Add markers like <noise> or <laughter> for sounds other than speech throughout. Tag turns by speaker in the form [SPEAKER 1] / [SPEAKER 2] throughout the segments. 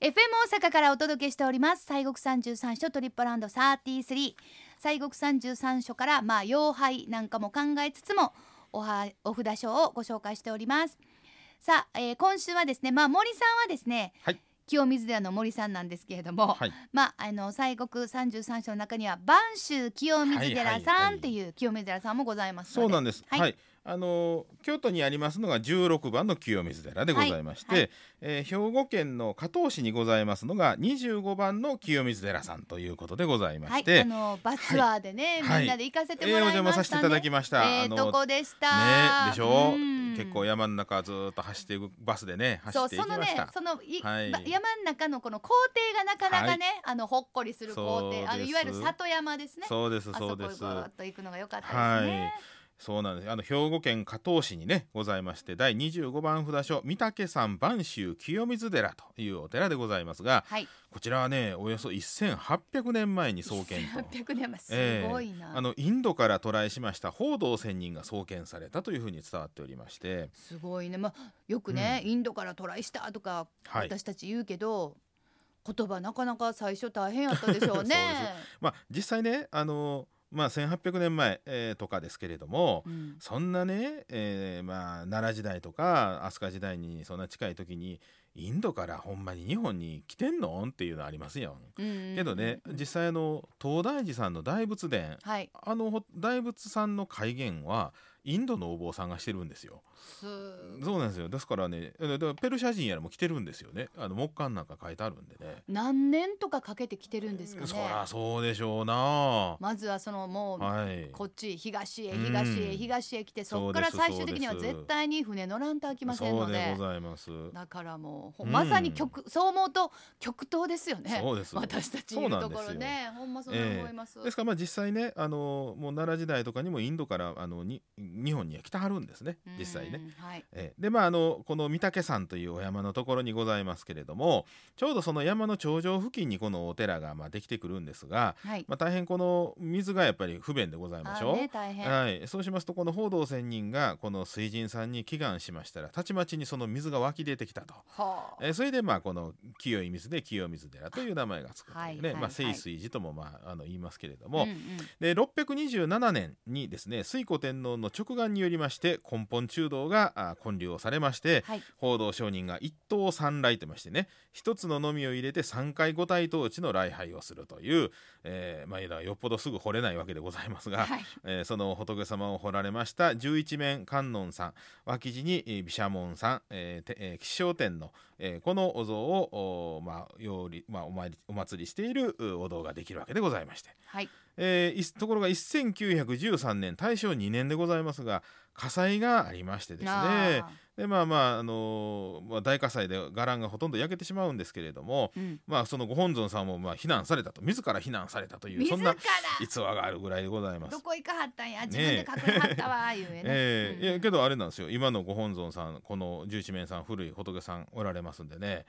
[SPEAKER 1] FM 大阪からお届けしております西国三十三所トリップランド33西国三十三所からまあ妖怪なんかも考えつつもおはお札書をご紹介しておりますさあ、えー今週はですねまあ森さんはですね、
[SPEAKER 2] はい
[SPEAKER 1] 清水寺の森さんなんですけれども、
[SPEAKER 2] はい
[SPEAKER 1] まああの西国三十三所の中には播州清水寺
[SPEAKER 2] はい
[SPEAKER 1] さ
[SPEAKER 2] は
[SPEAKER 1] ん
[SPEAKER 2] い
[SPEAKER 1] っていう清水寺さんもございますの
[SPEAKER 2] そう
[SPEAKER 1] で
[SPEAKER 2] なんです。
[SPEAKER 1] は
[SPEAKER 2] はいい、あのー京都にありますのが16番の清水寺でございまして、
[SPEAKER 1] はいはい
[SPEAKER 2] えー兵庫県の加東市にございますのが25番の清水寺さんということでございま
[SPEAKER 1] は
[SPEAKER 2] し
[SPEAKER 1] い、
[SPEAKER 2] て、
[SPEAKER 1] あのバスツアーでね、
[SPEAKER 2] はい
[SPEAKER 1] みんなで行かせて
[SPEAKER 2] えー
[SPEAKER 1] も
[SPEAKER 2] お
[SPEAKER 1] らいましたね、
[SPEAKER 2] 邪魔させていただきました。
[SPEAKER 1] えー、どこでした
[SPEAKER 2] ねでしょ
[SPEAKER 1] うん
[SPEAKER 2] 結構山の中ずーっと走っていくバスでね走
[SPEAKER 1] そう
[SPEAKER 2] っていき
[SPEAKER 1] その
[SPEAKER 2] ま
[SPEAKER 1] ね
[SPEAKER 2] した。
[SPEAKER 1] そのい、
[SPEAKER 2] はい
[SPEAKER 1] ば山の中のこの工程がなかなかね、あのほっこりする工
[SPEAKER 2] そう
[SPEAKER 1] 程
[SPEAKER 2] です
[SPEAKER 1] あのいわゆる里山ですね
[SPEAKER 2] そうです
[SPEAKER 1] あ
[SPEAKER 2] そ
[SPEAKER 1] そうこへ
[SPEAKER 2] で
[SPEAKER 1] ぐ
[SPEAKER 2] す。
[SPEAKER 1] ーっと行くのが良かったです
[SPEAKER 2] は
[SPEAKER 1] ね
[SPEAKER 2] い。そうなんです。あの兵庫県加東市にねございまして第25番札所御嶽山播州清水寺というお寺でございますが、
[SPEAKER 1] はい
[SPEAKER 2] こちらはねおよそ1800年前に創建と。
[SPEAKER 1] 800年前す
[SPEAKER 2] ええ
[SPEAKER 1] ごいな、
[SPEAKER 2] あのインドから渡来しました報道仙人が創建されたというふうに伝わっておりまして、
[SPEAKER 1] すごいねまあよくね、インドからトライしたとか
[SPEAKER 2] はい
[SPEAKER 1] 私たち言うけど、言葉なかなか最初大変やったで
[SPEAKER 2] <laughs>
[SPEAKER 1] しょうね
[SPEAKER 2] まあ、実際ねあの、まあ、1800年前、えーとかですけれども、
[SPEAKER 1] うん
[SPEAKER 2] そんなね、えーまあ、奈良時代とか飛鳥時代にそんな近い時にインドからほんまに日本に来てんのんっていうのありますよ。
[SPEAKER 1] うん
[SPEAKER 2] けどね、
[SPEAKER 1] うん
[SPEAKER 2] 実際あの東大寺さんの大仏殿
[SPEAKER 1] はい
[SPEAKER 2] あのほ大仏さんの開元はインドのお坊さんがしてるんですよ。
[SPEAKER 1] す
[SPEAKER 2] そうなんですよですからねだからペルシャ人やらも来てるんですよねあの木簡なんか書いてあるんでね。
[SPEAKER 1] 何年とかかけてきてるんですかね
[SPEAKER 2] そりゃそうでしょうな。
[SPEAKER 1] まずはそのもう、
[SPEAKER 2] はい。
[SPEAKER 1] こっち東へ
[SPEAKER 2] うん
[SPEAKER 1] 東へ東へ来てそっから
[SPEAKER 2] そうです
[SPEAKER 1] 最終的には
[SPEAKER 2] そうです
[SPEAKER 1] 絶対に船乗らんと飽きませんの
[SPEAKER 2] そう
[SPEAKER 1] で
[SPEAKER 2] でございます。
[SPEAKER 1] だからもうほ
[SPEAKER 2] うん
[SPEAKER 1] まさに極、そう思うと極東ですよね
[SPEAKER 2] そうです
[SPEAKER 1] 私たちい
[SPEAKER 2] そ
[SPEAKER 1] る
[SPEAKER 2] うな
[SPEAKER 1] と
[SPEAKER 2] んで
[SPEAKER 1] こ
[SPEAKER 2] すよ
[SPEAKER 1] ろねほんまそう思います、
[SPEAKER 2] ですからまあ実際ねあのもう奈良時代とかにもインドからあのに日本には来てはるんですね
[SPEAKER 1] うん
[SPEAKER 2] 実際ね。
[SPEAKER 1] はい
[SPEAKER 2] えーでまああのこの御嶽山というお山のところにございますけれどもちょうどその山の頂上付近にこのお寺がまあできてくるんですが、
[SPEAKER 1] はい
[SPEAKER 2] まあ、大変この水がやっぱり不便でございま
[SPEAKER 1] あ
[SPEAKER 2] しょう。
[SPEAKER 1] ね大変
[SPEAKER 2] はい、そうしますとこの報道仙人がこの水神さんに祈願しましたらたちまちにその水が湧き出てきたと、
[SPEAKER 1] はあ
[SPEAKER 2] えーそれでまあこの清い水で清水寺という名前がつくというね、
[SPEAKER 1] はいはいはい
[SPEAKER 2] まあ、清水寺ともまああの言いますけれど
[SPEAKER 1] うん
[SPEAKER 2] も、
[SPEAKER 1] うん
[SPEAKER 2] で627年にですね推古天皇の直眼によりまして根本中道があ建立をされまして
[SPEAKER 1] はい
[SPEAKER 2] 報道上人が一党三来といいましてね一つののみを入れて三回五体統治の礼拝をするという、えーまあ、いわゆるよっぽどすぐ掘れないわけでございますが、
[SPEAKER 1] はい
[SPEAKER 2] えーその仏様を掘られました十一面観音さん脇地にえー毘沙門さん、えーてえー吉祥天の、えーこのお像をお,、まあようりまあ、お参りお祭りしているうお堂ができるわけでございまして。
[SPEAKER 1] はい
[SPEAKER 2] えーいところが1913年大正2年でございますが火災がありましてですね
[SPEAKER 1] あ
[SPEAKER 2] でまあまあ、あのーまあ、大火災で伽藍がほとんど焼けてしまうんですけれども
[SPEAKER 1] ーうん
[SPEAKER 2] まあそのご本尊さんもまあ避難されたと自ら避難されたという
[SPEAKER 1] 自
[SPEAKER 2] そんな
[SPEAKER 1] ら
[SPEAKER 2] 逸話があるぐらいでございます
[SPEAKER 1] ど。こ行かはったんや自分で
[SPEAKER 2] ねえ
[SPEAKER 1] 隠れはったわいうね
[SPEAKER 2] <laughs> ええいやけ
[SPEAKER 1] ど
[SPEAKER 2] どあれなんですよ今のご本尊さんこの十一面さん古い仏さんおられますんでね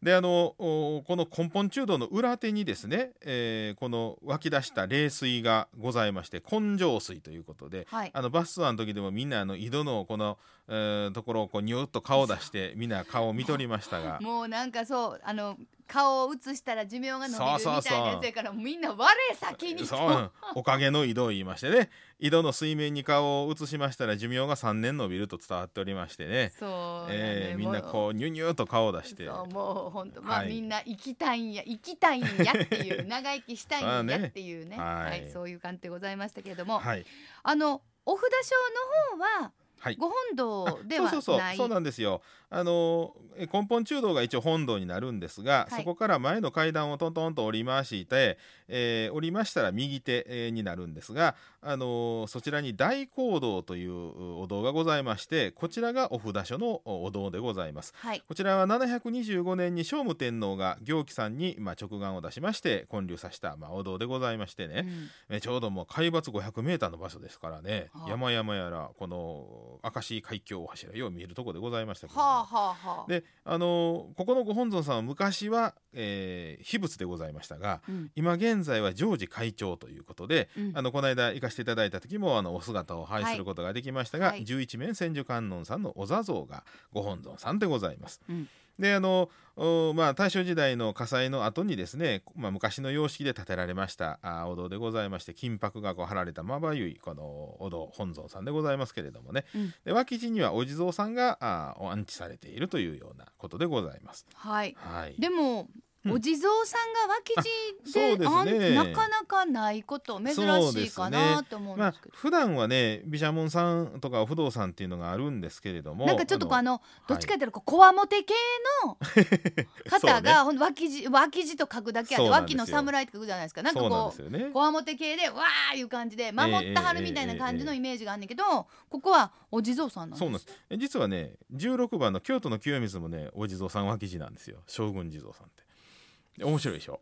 [SPEAKER 2] であのおこの根本中道の裏手にですね、えーこの湧き出した冷水がございまして根性水ということで。
[SPEAKER 1] はい
[SPEAKER 2] あのバスツアーの時でもみんなあの井戸のこの、えーところをこうニューッと顔を出してみんな顔を見とりましたが
[SPEAKER 1] もうなんかそうあの顔を映したら寿命が伸びるみた
[SPEAKER 2] そうそうそう
[SPEAKER 1] いなやつやからみんな我先にと
[SPEAKER 2] そううんおかげの井戸を言いましてね井戸の水面に顔を映しましたら寿命が3年延びると伝わっておりましてね
[SPEAKER 1] そうだね
[SPEAKER 2] えーみんな
[SPEAKER 1] も
[SPEAKER 2] こうニュニューと顔を出
[SPEAKER 1] う
[SPEAKER 2] して
[SPEAKER 1] そうもう本当まあ、
[SPEAKER 2] はい
[SPEAKER 1] みんな生きたいんや生きたいんやっていう長生きしたいんやっていうね
[SPEAKER 2] まあね
[SPEAKER 1] は
[SPEAKER 2] はいい
[SPEAKER 1] そういう感じでございましたけれども、
[SPEAKER 2] はい
[SPEAKER 1] あのお札書の方は
[SPEAKER 2] はい
[SPEAKER 1] ご本堂ではない
[SPEAKER 2] あそうそうそうそうなんですよあのえ根本中道が一応本堂になるんですが、
[SPEAKER 1] はい
[SPEAKER 2] そこから前の階段をトントンと折りまして、えー折りましたら右手えーになるんですが、あのそちらに大講堂といううお堂がございましてこちらがお札所のおお堂でございます。
[SPEAKER 1] はい
[SPEAKER 2] こちらは725年に聖武天皇が行基さんに、まあ、直眼を出しまして建立させた、まあ、お堂でございましてね、
[SPEAKER 1] うん
[SPEAKER 2] えちょうどもう海抜500メーターの場所ですからね、
[SPEAKER 1] はあ
[SPEAKER 2] 山々やらこの明石海峡大橋がよう見えるところでございましたけれども
[SPEAKER 1] はあはあはあ、
[SPEAKER 2] であのーここのご本尊さんは昔は、えー秘仏でございましたが
[SPEAKER 1] うん
[SPEAKER 2] 今現在は常時会長ということで、
[SPEAKER 1] うん
[SPEAKER 2] あのこの間行かせていただいた時もあのお姿を拝
[SPEAKER 1] はい
[SPEAKER 2] することができましたが、
[SPEAKER 1] はい
[SPEAKER 2] 十一面千手観音さんのお座像がご本尊さんでございます。
[SPEAKER 1] うん
[SPEAKER 2] であのおまあ、大正時代の火災の後にですね、まあ、昔の様式で建てられましたあお堂でございまして金箔がこう貼られたまばゆいこのお堂本尊さんでございますけれどもね、
[SPEAKER 1] うん
[SPEAKER 2] で脇地にはお地蔵さんがあ安置されているというようなことでございます。
[SPEAKER 1] はい。
[SPEAKER 2] はい、
[SPEAKER 1] でも、
[SPEAKER 2] うん
[SPEAKER 1] お地蔵さんが脇地で
[SPEAKER 2] あそうですね
[SPEAKER 1] あんなかなかないこと珍しいかなと思うんで
[SPEAKER 2] まあ
[SPEAKER 1] すけど、
[SPEAKER 2] 普段はね毘沙門さんとか不動産っていうのがあるんですけれども
[SPEAKER 1] なんかちょっとこうあ
[SPEAKER 2] の
[SPEAKER 1] の
[SPEAKER 2] い
[SPEAKER 1] どっちかっていうとこうこわもて系
[SPEAKER 2] <laughs>
[SPEAKER 1] の方
[SPEAKER 2] そう
[SPEAKER 1] が、ほんと脇地脇地と書くだけあっ
[SPEAKER 2] そ
[SPEAKER 1] て
[SPEAKER 2] うなん
[SPEAKER 1] 脇
[SPEAKER 2] ですよ
[SPEAKER 1] の侍って書くじゃないですかなんか
[SPEAKER 2] そうなん
[SPEAKER 1] こ
[SPEAKER 2] です
[SPEAKER 1] う
[SPEAKER 2] よね
[SPEAKER 1] こわもて系でわーいう感じで守ったはるみたいな感じのイメージがあんねんけど、ここはお地蔵さんなんです
[SPEAKER 2] そうなんですえ実はね16番の京都の清水もねお地蔵さん脇地なんですよ将軍地蔵さんって面白いでしょ、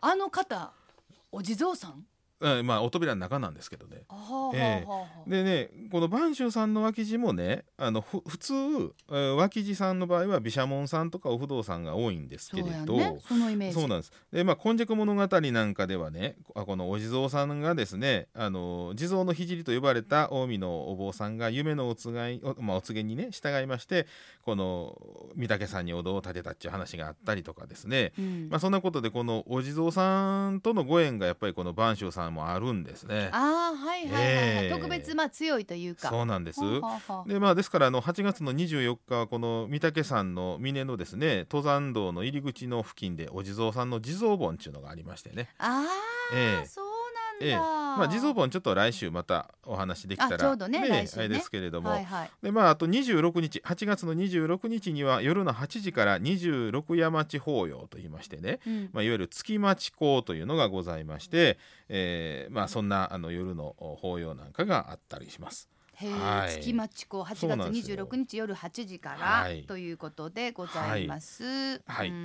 [SPEAKER 1] あの方お地蔵さん
[SPEAKER 2] うん、まあお扉の中なんですけどね
[SPEAKER 1] あはあはあ
[SPEAKER 2] ええ
[SPEAKER 1] はあはあ
[SPEAKER 2] でねこの播州さんの脇地もねあのふ普通、えー脇地さんの場合は毘沙門さんとかお不動産が多いんです
[SPEAKER 1] そ
[SPEAKER 2] け
[SPEAKER 1] う
[SPEAKER 2] れ
[SPEAKER 1] や
[SPEAKER 2] ど、
[SPEAKER 1] ねそのイメージ
[SPEAKER 2] そうなんです。で、まあ、今昔物語なんかではね、あこのお地蔵さんがですね、あの地蔵の聖と呼ばれた近江のお坊さんが夢のお告げ、おまあ、お告げにね、従いまして。この御嶽さんにお堂を建てたっていう話があったりとかですね。
[SPEAKER 1] うん
[SPEAKER 2] まあ、そんなことで、このお地蔵さんとのご縁がやっぱりこの播州さんもあるんですね。
[SPEAKER 1] ああはいはいはい、はい
[SPEAKER 2] ええ
[SPEAKER 1] 特別まあ強いというか
[SPEAKER 2] そうなんです。
[SPEAKER 1] はあはあはあ
[SPEAKER 2] でまあ、ですからあの8月の24日はこの御嶽山の峰のですね登山道の入り口の付近でお地蔵さんの地蔵盆っていうのがありましてね、
[SPEAKER 1] あ
[SPEAKER 2] え
[SPEAKER 1] あ、
[SPEAKER 2] え
[SPEAKER 1] そうなんだ、
[SPEAKER 2] ええまあ、地蔵盆ちょっと来週またお話できたら
[SPEAKER 1] あちょうどね来週ね
[SPEAKER 2] あれですけれども、
[SPEAKER 1] はいはい
[SPEAKER 2] でまあ、あと26日8月の26日には夜の8時から26山地法要といいましてね、
[SPEAKER 1] うん
[SPEAKER 2] まあ、いわゆる月町講というのがございまして、えーまあ、そんなあの夜のお法要なんかがあったりします。
[SPEAKER 1] へえ、
[SPEAKER 2] はい
[SPEAKER 1] 月町港8月
[SPEAKER 2] そうなんですよ
[SPEAKER 1] 26日夜8時から、
[SPEAKER 2] はい
[SPEAKER 1] ということでございます。はい
[SPEAKER 2] はいう
[SPEAKER 1] ー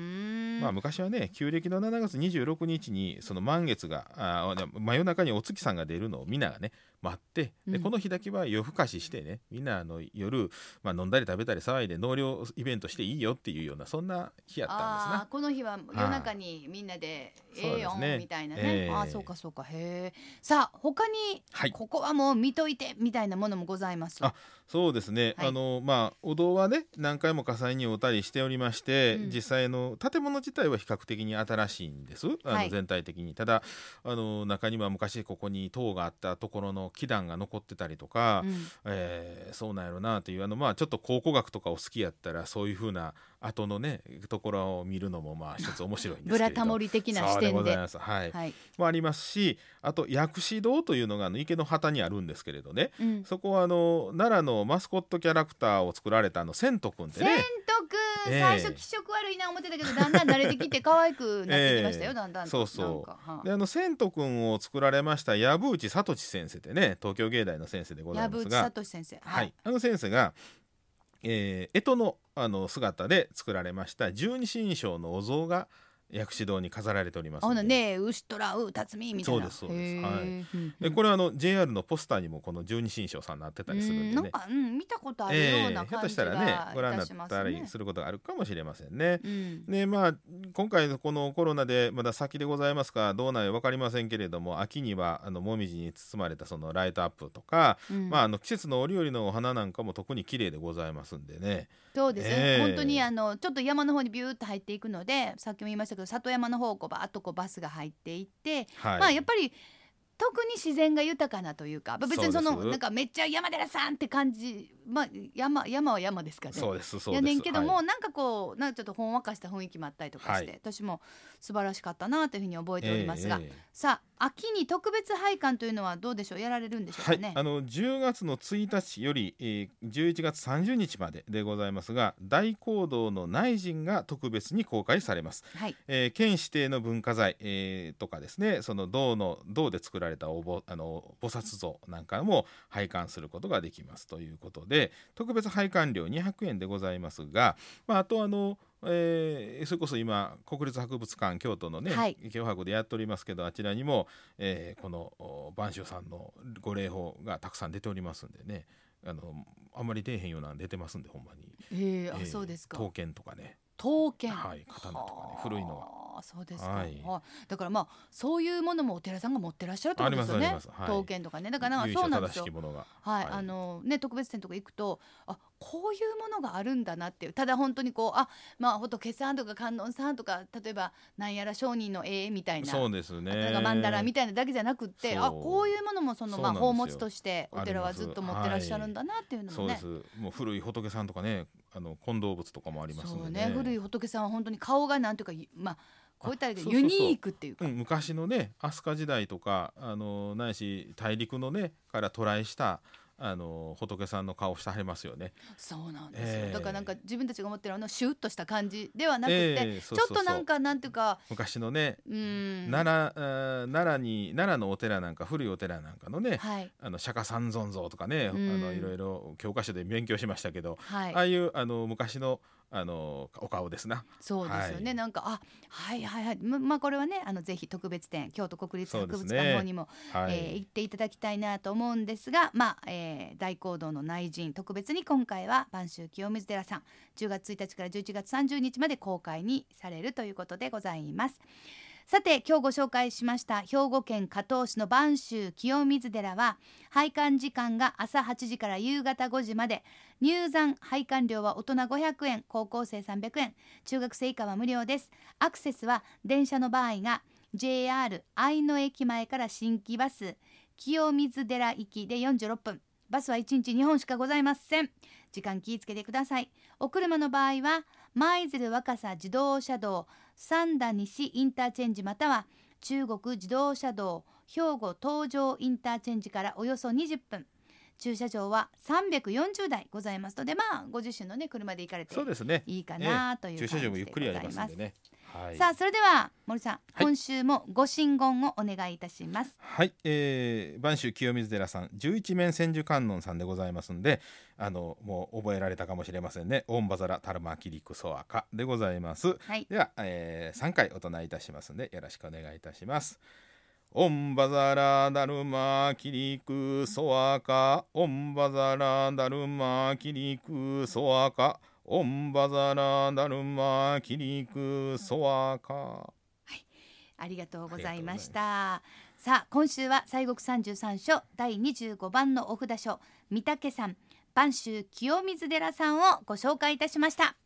[SPEAKER 1] ん
[SPEAKER 2] まあ、昔はね旧暦の7月26日にその満月があー真夜中にお月さんが出るのをみんながね待ってで
[SPEAKER 1] うん
[SPEAKER 2] この日だけは夜更かししてねみんなあの夜、まあ、飲んだり食べたり騒いで納涼イベントしていいよっていうようなそんな日やったんです
[SPEAKER 1] あ
[SPEAKER 2] な。
[SPEAKER 1] ーこの日は夜中にみんなで
[SPEAKER 2] そう
[SPEAKER 1] ええ
[SPEAKER 2] ですね
[SPEAKER 1] よんみたいなね
[SPEAKER 2] ええ
[SPEAKER 1] あーそうかそうかへえさあ他に、
[SPEAKER 2] はい
[SPEAKER 1] ここはもう見といてみたいなものもございます
[SPEAKER 2] あそうですね、
[SPEAKER 1] はい
[SPEAKER 2] あのまあお堂はね何回も火災におたりしておりまして、
[SPEAKER 1] うん
[SPEAKER 2] 実際の建物自体は比較的に新しいんですあ
[SPEAKER 1] は
[SPEAKER 2] の
[SPEAKER 1] い
[SPEAKER 2] 全体的に、ただあの中には昔ここに塔があったところの基壇が残ってたりとか、
[SPEAKER 1] うん
[SPEAKER 2] えーそうなんやろなというあのまあちょっと考古学とかお好きやったらそういうふうな後のねところを見るのもまあ一つ面白いんですけれど
[SPEAKER 1] ブラタモリ的な視点
[SPEAKER 2] そうござ
[SPEAKER 1] で
[SPEAKER 2] います、はい
[SPEAKER 1] はい、
[SPEAKER 2] もありますしあと薬師堂というのがあの池の旗にあるんですけれどね
[SPEAKER 1] うん、
[SPEAKER 2] そこはあの奈良のマスコットキャラクターを作られたあの千とくんで
[SPEAKER 1] 千
[SPEAKER 2] ね
[SPEAKER 1] とくん、
[SPEAKER 2] ええ
[SPEAKER 1] 最初気色悪いな思ってたけどだんだん慣れてきて可愛くなってきましたよ、
[SPEAKER 2] <laughs> ええ
[SPEAKER 1] だんだんと
[SPEAKER 2] そうそう
[SPEAKER 1] なんかは
[SPEAKER 2] であの千とくんを作られました藪内聡先生でね東京芸大の先生でござい
[SPEAKER 1] 藪
[SPEAKER 2] ます
[SPEAKER 1] 内
[SPEAKER 2] が
[SPEAKER 1] 聡先生
[SPEAKER 2] はい、あの先生が、えー、干支のあの姿で作られました十二神将のお像が薬師堂に飾られております
[SPEAKER 1] あほ
[SPEAKER 2] ん
[SPEAKER 1] な
[SPEAKER 2] で
[SPEAKER 1] ねえ牛とらうたつみみたいな
[SPEAKER 2] そうですそうです
[SPEAKER 1] へえ
[SPEAKER 2] はい
[SPEAKER 1] うん
[SPEAKER 2] でこれはあの JR のポスターにもこの十二神将さんになってたりするん
[SPEAKER 1] う
[SPEAKER 2] で
[SPEAKER 1] なん
[SPEAKER 2] ね。
[SPEAKER 1] か、うん、見たことあるよう
[SPEAKER 2] え
[SPEAKER 1] な
[SPEAKER 2] ーひょ
[SPEAKER 1] 感
[SPEAKER 2] っと
[SPEAKER 1] じ
[SPEAKER 2] した
[SPEAKER 1] が
[SPEAKER 2] らねご覧
[SPEAKER 1] い
[SPEAKER 2] にな
[SPEAKER 1] た
[SPEAKER 2] っ
[SPEAKER 1] します
[SPEAKER 2] た
[SPEAKER 1] ね
[SPEAKER 2] りすることがあるかもしれませんね。
[SPEAKER 1] うん
[SPEAKER 2] でまあ今回のこのコロナでまだ先でございますかどうなんや分かりませんけれども秋にはあのもみじに包まれたそのライトアップとか、
[SPEAKER 1] うん
[SPEAKER 2] まあ、あの季節の折々のお花なんかも特に綺麗でございますんでね。
[SPEAKER 1] そうですね、
[SPEAKER 2] ええ
[SPEAKER 1] 本当にあのちょっと山の方にビューッと入っていくのでさっきも言いましたけど里山の方をこうバーッとこうバスが入っていって、
[SPEAKER 2] はい、
[SPEAKER 1] まあやっぱり特に自然が豊かなというかまあ別にその
[SPEAKER 2] そうです
[SPEAKER 1] なんかめっちゃ山寺さんって感じまあ山山は山ですからね。
[SPEAKER 2] そうですそうで
[SPEAKER 1] や
[SPEAKER 2] す。
[SPEAKER 1] ねんけども、
[SPEAKER 2] はい
[SPEAKER 1] なんかこうなんかちょっとほんわかした雰囲気もあったりとかして、私も素晴らしかったなというふうに覚えておりますが、
[SPEAKER 2] ええええ
[SPEAKER 1] さあ秋に特別拝観というのはどうでしょうやられるんでしょうかね。
[SPEAKER 2] はい、あの10月の1日より、えー11月30日まででございますが大講堂の内陣が特別に公開されます、
[SPEAKER 1] はい
[SPEAKER 2] えー県指定の文化財、えーとかですねその銅の銅で作られたおぼあの菩薩像なんかも拝観することができますということで特別拝観料200円でございますが、まあ、あとあのえーそれこそ今国立博物館京都のね、
[SPEAKER 1] はい
[SPEAKER 2] 京博でやっておりますけどあちらにも、えーこのお播州さんのご霊宝がたくさん出ておりますんでねあのあんまり出えへんようなの出てますんでほんまに、
[SPEAKER 1] ええあ
[SPEAKER 2] えー
[SPEAKER 1] そうですか。
[SPEAKER 2] 刀剣とかね、
[SPEAKER 1] 刀剣。
[SPEAKER 2] はい、刀とかね古いのが
[SPEAKER 1] あそうですか、
[SPEAKER 2] はい
[SPEAKER 1] はいだからまあそういうものもお寺さんが持ってらっしゃるってことですよ
[SPEAKER 2] あり
[SPEAKER 1] ね
[SPEAKER 2] ますありますはい
[SPEAKER 1] 刀剣とかねだからなん
[SPEAKER 2] 由
[SPEAKER 1] かそ
[SPEAKER 2] 緒
[SPEAKER 1] うなんで
[SPEAKER 2] 正
[SPEAKER 1] す
[SPEAKER 2] し
[SPEAKER 1] よ
[SPEAKER 2] きものが
[SPEAKER 1] はい、
[SPEAKER 2] はい
[SPEAKER 1] あのね特別展とか行くとあこういうものがあるんだなっていうただ本当にこうあまあ仏さんとか観音さんとか例えばなんやら商人の絵みたいな
[SPEAKER 2] そうです
[SPEAKER 1] あとな
[SPEAKER 2] ね
[SPEAKER 1] んか曼荼羅みたいなだけじゃなくってあ
[SPEAKER 2] そう
[SPEAKER 1] こういうものもその
[SPEAKER 2] そう
[SPEAKER 1] まあ
[SPEAKER 2] なんですよ
[SPEAKER 1] 宝物としてお寺
[SPEAKER 2] あ
[SPEAKER 1] は
[SPEAKER 2] ります
[SPEAKER 1] ずっと持ってらっしゃるんだなっていうの
[SPEAKER 2] そ
[SPEAKER 1] も
[SPEAKER 2] うで
[SPEAKER 1] ね
[SPEAKER 2] す。もう古い仏さんとかね、あの混動物とかもあります
[SPEAKER 1] そ
[SPEAKER 2] の
[SPEAKER 1] う
[SPEAKER 2] で
[SPEAKER 1] ね
[SPEAKER 2] ね。
[SPEAKER 1] 古い仏さんは本当に顔がなんていうかいまあこういったらいいけど
[SPEAKER 2] あそう
[SPEAKER 1] ユ
[SPEAKER 2] そうそう
[SPEAKER 1] ニークっていうか
[SPEAKER 2] うん、昔のね飛鳥時代とかあのないし大陸のねから渡来したあの仏さんの顔してはりますよね。
[SPEAKER 1] そうなんですよ、
[SPEAKER 2] ええ
[SPEAKER 1] だからなんか自分たちが思ってるあのシュッとした感じではなくて、
[SPEAKER 2] ええそうそうそう
[SPEAKER 1] ちょっとなんかなんていうか
[SPEAKER 2] 昔のね、
[SPEAKER 1] うーん
[SPEAKER 2] 奈良あー奈良に奈良のお寺なんか古いお寺なんかのね、
[SPEAKER 1] はい
[SPEAKER 2] あの釈迦三尊像とかね、
[SPEAKER 1] うん
[SPEAKER 2] あのいろいろ教科書で勉強しましたけど、
[SPEAKER 1] はい
[SPEAKER 2] ああいうあの昔のあのお顔ですな。
[SPEAKER 1] そうですよね、
[SPEAKER 2] はい
[SPEAKER 1] なんかあはいはいはいままあこれはねあのぜひ特別展京都国立博物
[SPEAKER 2] そうです
[SPEAKER 1] 館
[SPEAKER 2] ね
[SPEAKER 1] の方にも、
[SPEAKER 2] はい。
[SPEAKER 1] えー行っていただきたいなと思うんですが、まあえー大講堂の内陣特別に今回は播州清水寺さん10月1日から11月30日まで公開にされるということでございます。さて今日ご紹介しました兵庫県加東市の播州清水寺は拝観時間が朝8時から夕方5時まで入山拝観料は大人500円高校生300円中学生以下は無料ですアクセスは電車の場合が JR 愛野駅前から新規バス清水寺行きで46分バスは1日2本しかございません時間気をつけてくださいお車の場合は舞鶴若狭自動車道三田西インターチェンジまたは中国自動車道兵庫東上インターチェンジからおよそ20分駐車場は340台ございますのでまあご自身のね車で行かれて
[SPEAKER 2] そうですね。
[SPEAKER 1] いいかなという
[SPEAKER 2] 駐
[SPEAKER 1] 感じ
[SPEAKER 2] 車
[SPEAKER 1] で
[SPEAKER 2] 場
[SPEAKER 1] ござ
[SPEAKER 2] もゆ
[SPEAKER 1] い
[SPEAKER 2] っくりありま
[SPEAKER 1] ます
[SPEAKER 2] んでね。はい。
[SPEAKER 1] さあそれでは森さん、
[SPEAKER 2] い
[SPEAKER 1] 今週もご神言をお願いいたします
[SPEAKER 2] はい、えー、播州清水寺さん十一面千手観音さんでございますんであのもう覚えられたかもしれませんね「オンバザラタルマキリクソアカ」でございます
[SPEAKER 1] はい
[SPEAKER 2] では、えー、3回お唱えいたしますんでよろしくお願いいたします。オンバザラダルマキリクソアカオンバザラダルマキリクソアカオンバザラダルマキリクソアカ
[SPEAKER 1] ありがとうございましたさあ今週は西国三十三所第二十五番のお札所御嶽山播州清水寺さんをご紹介いたしました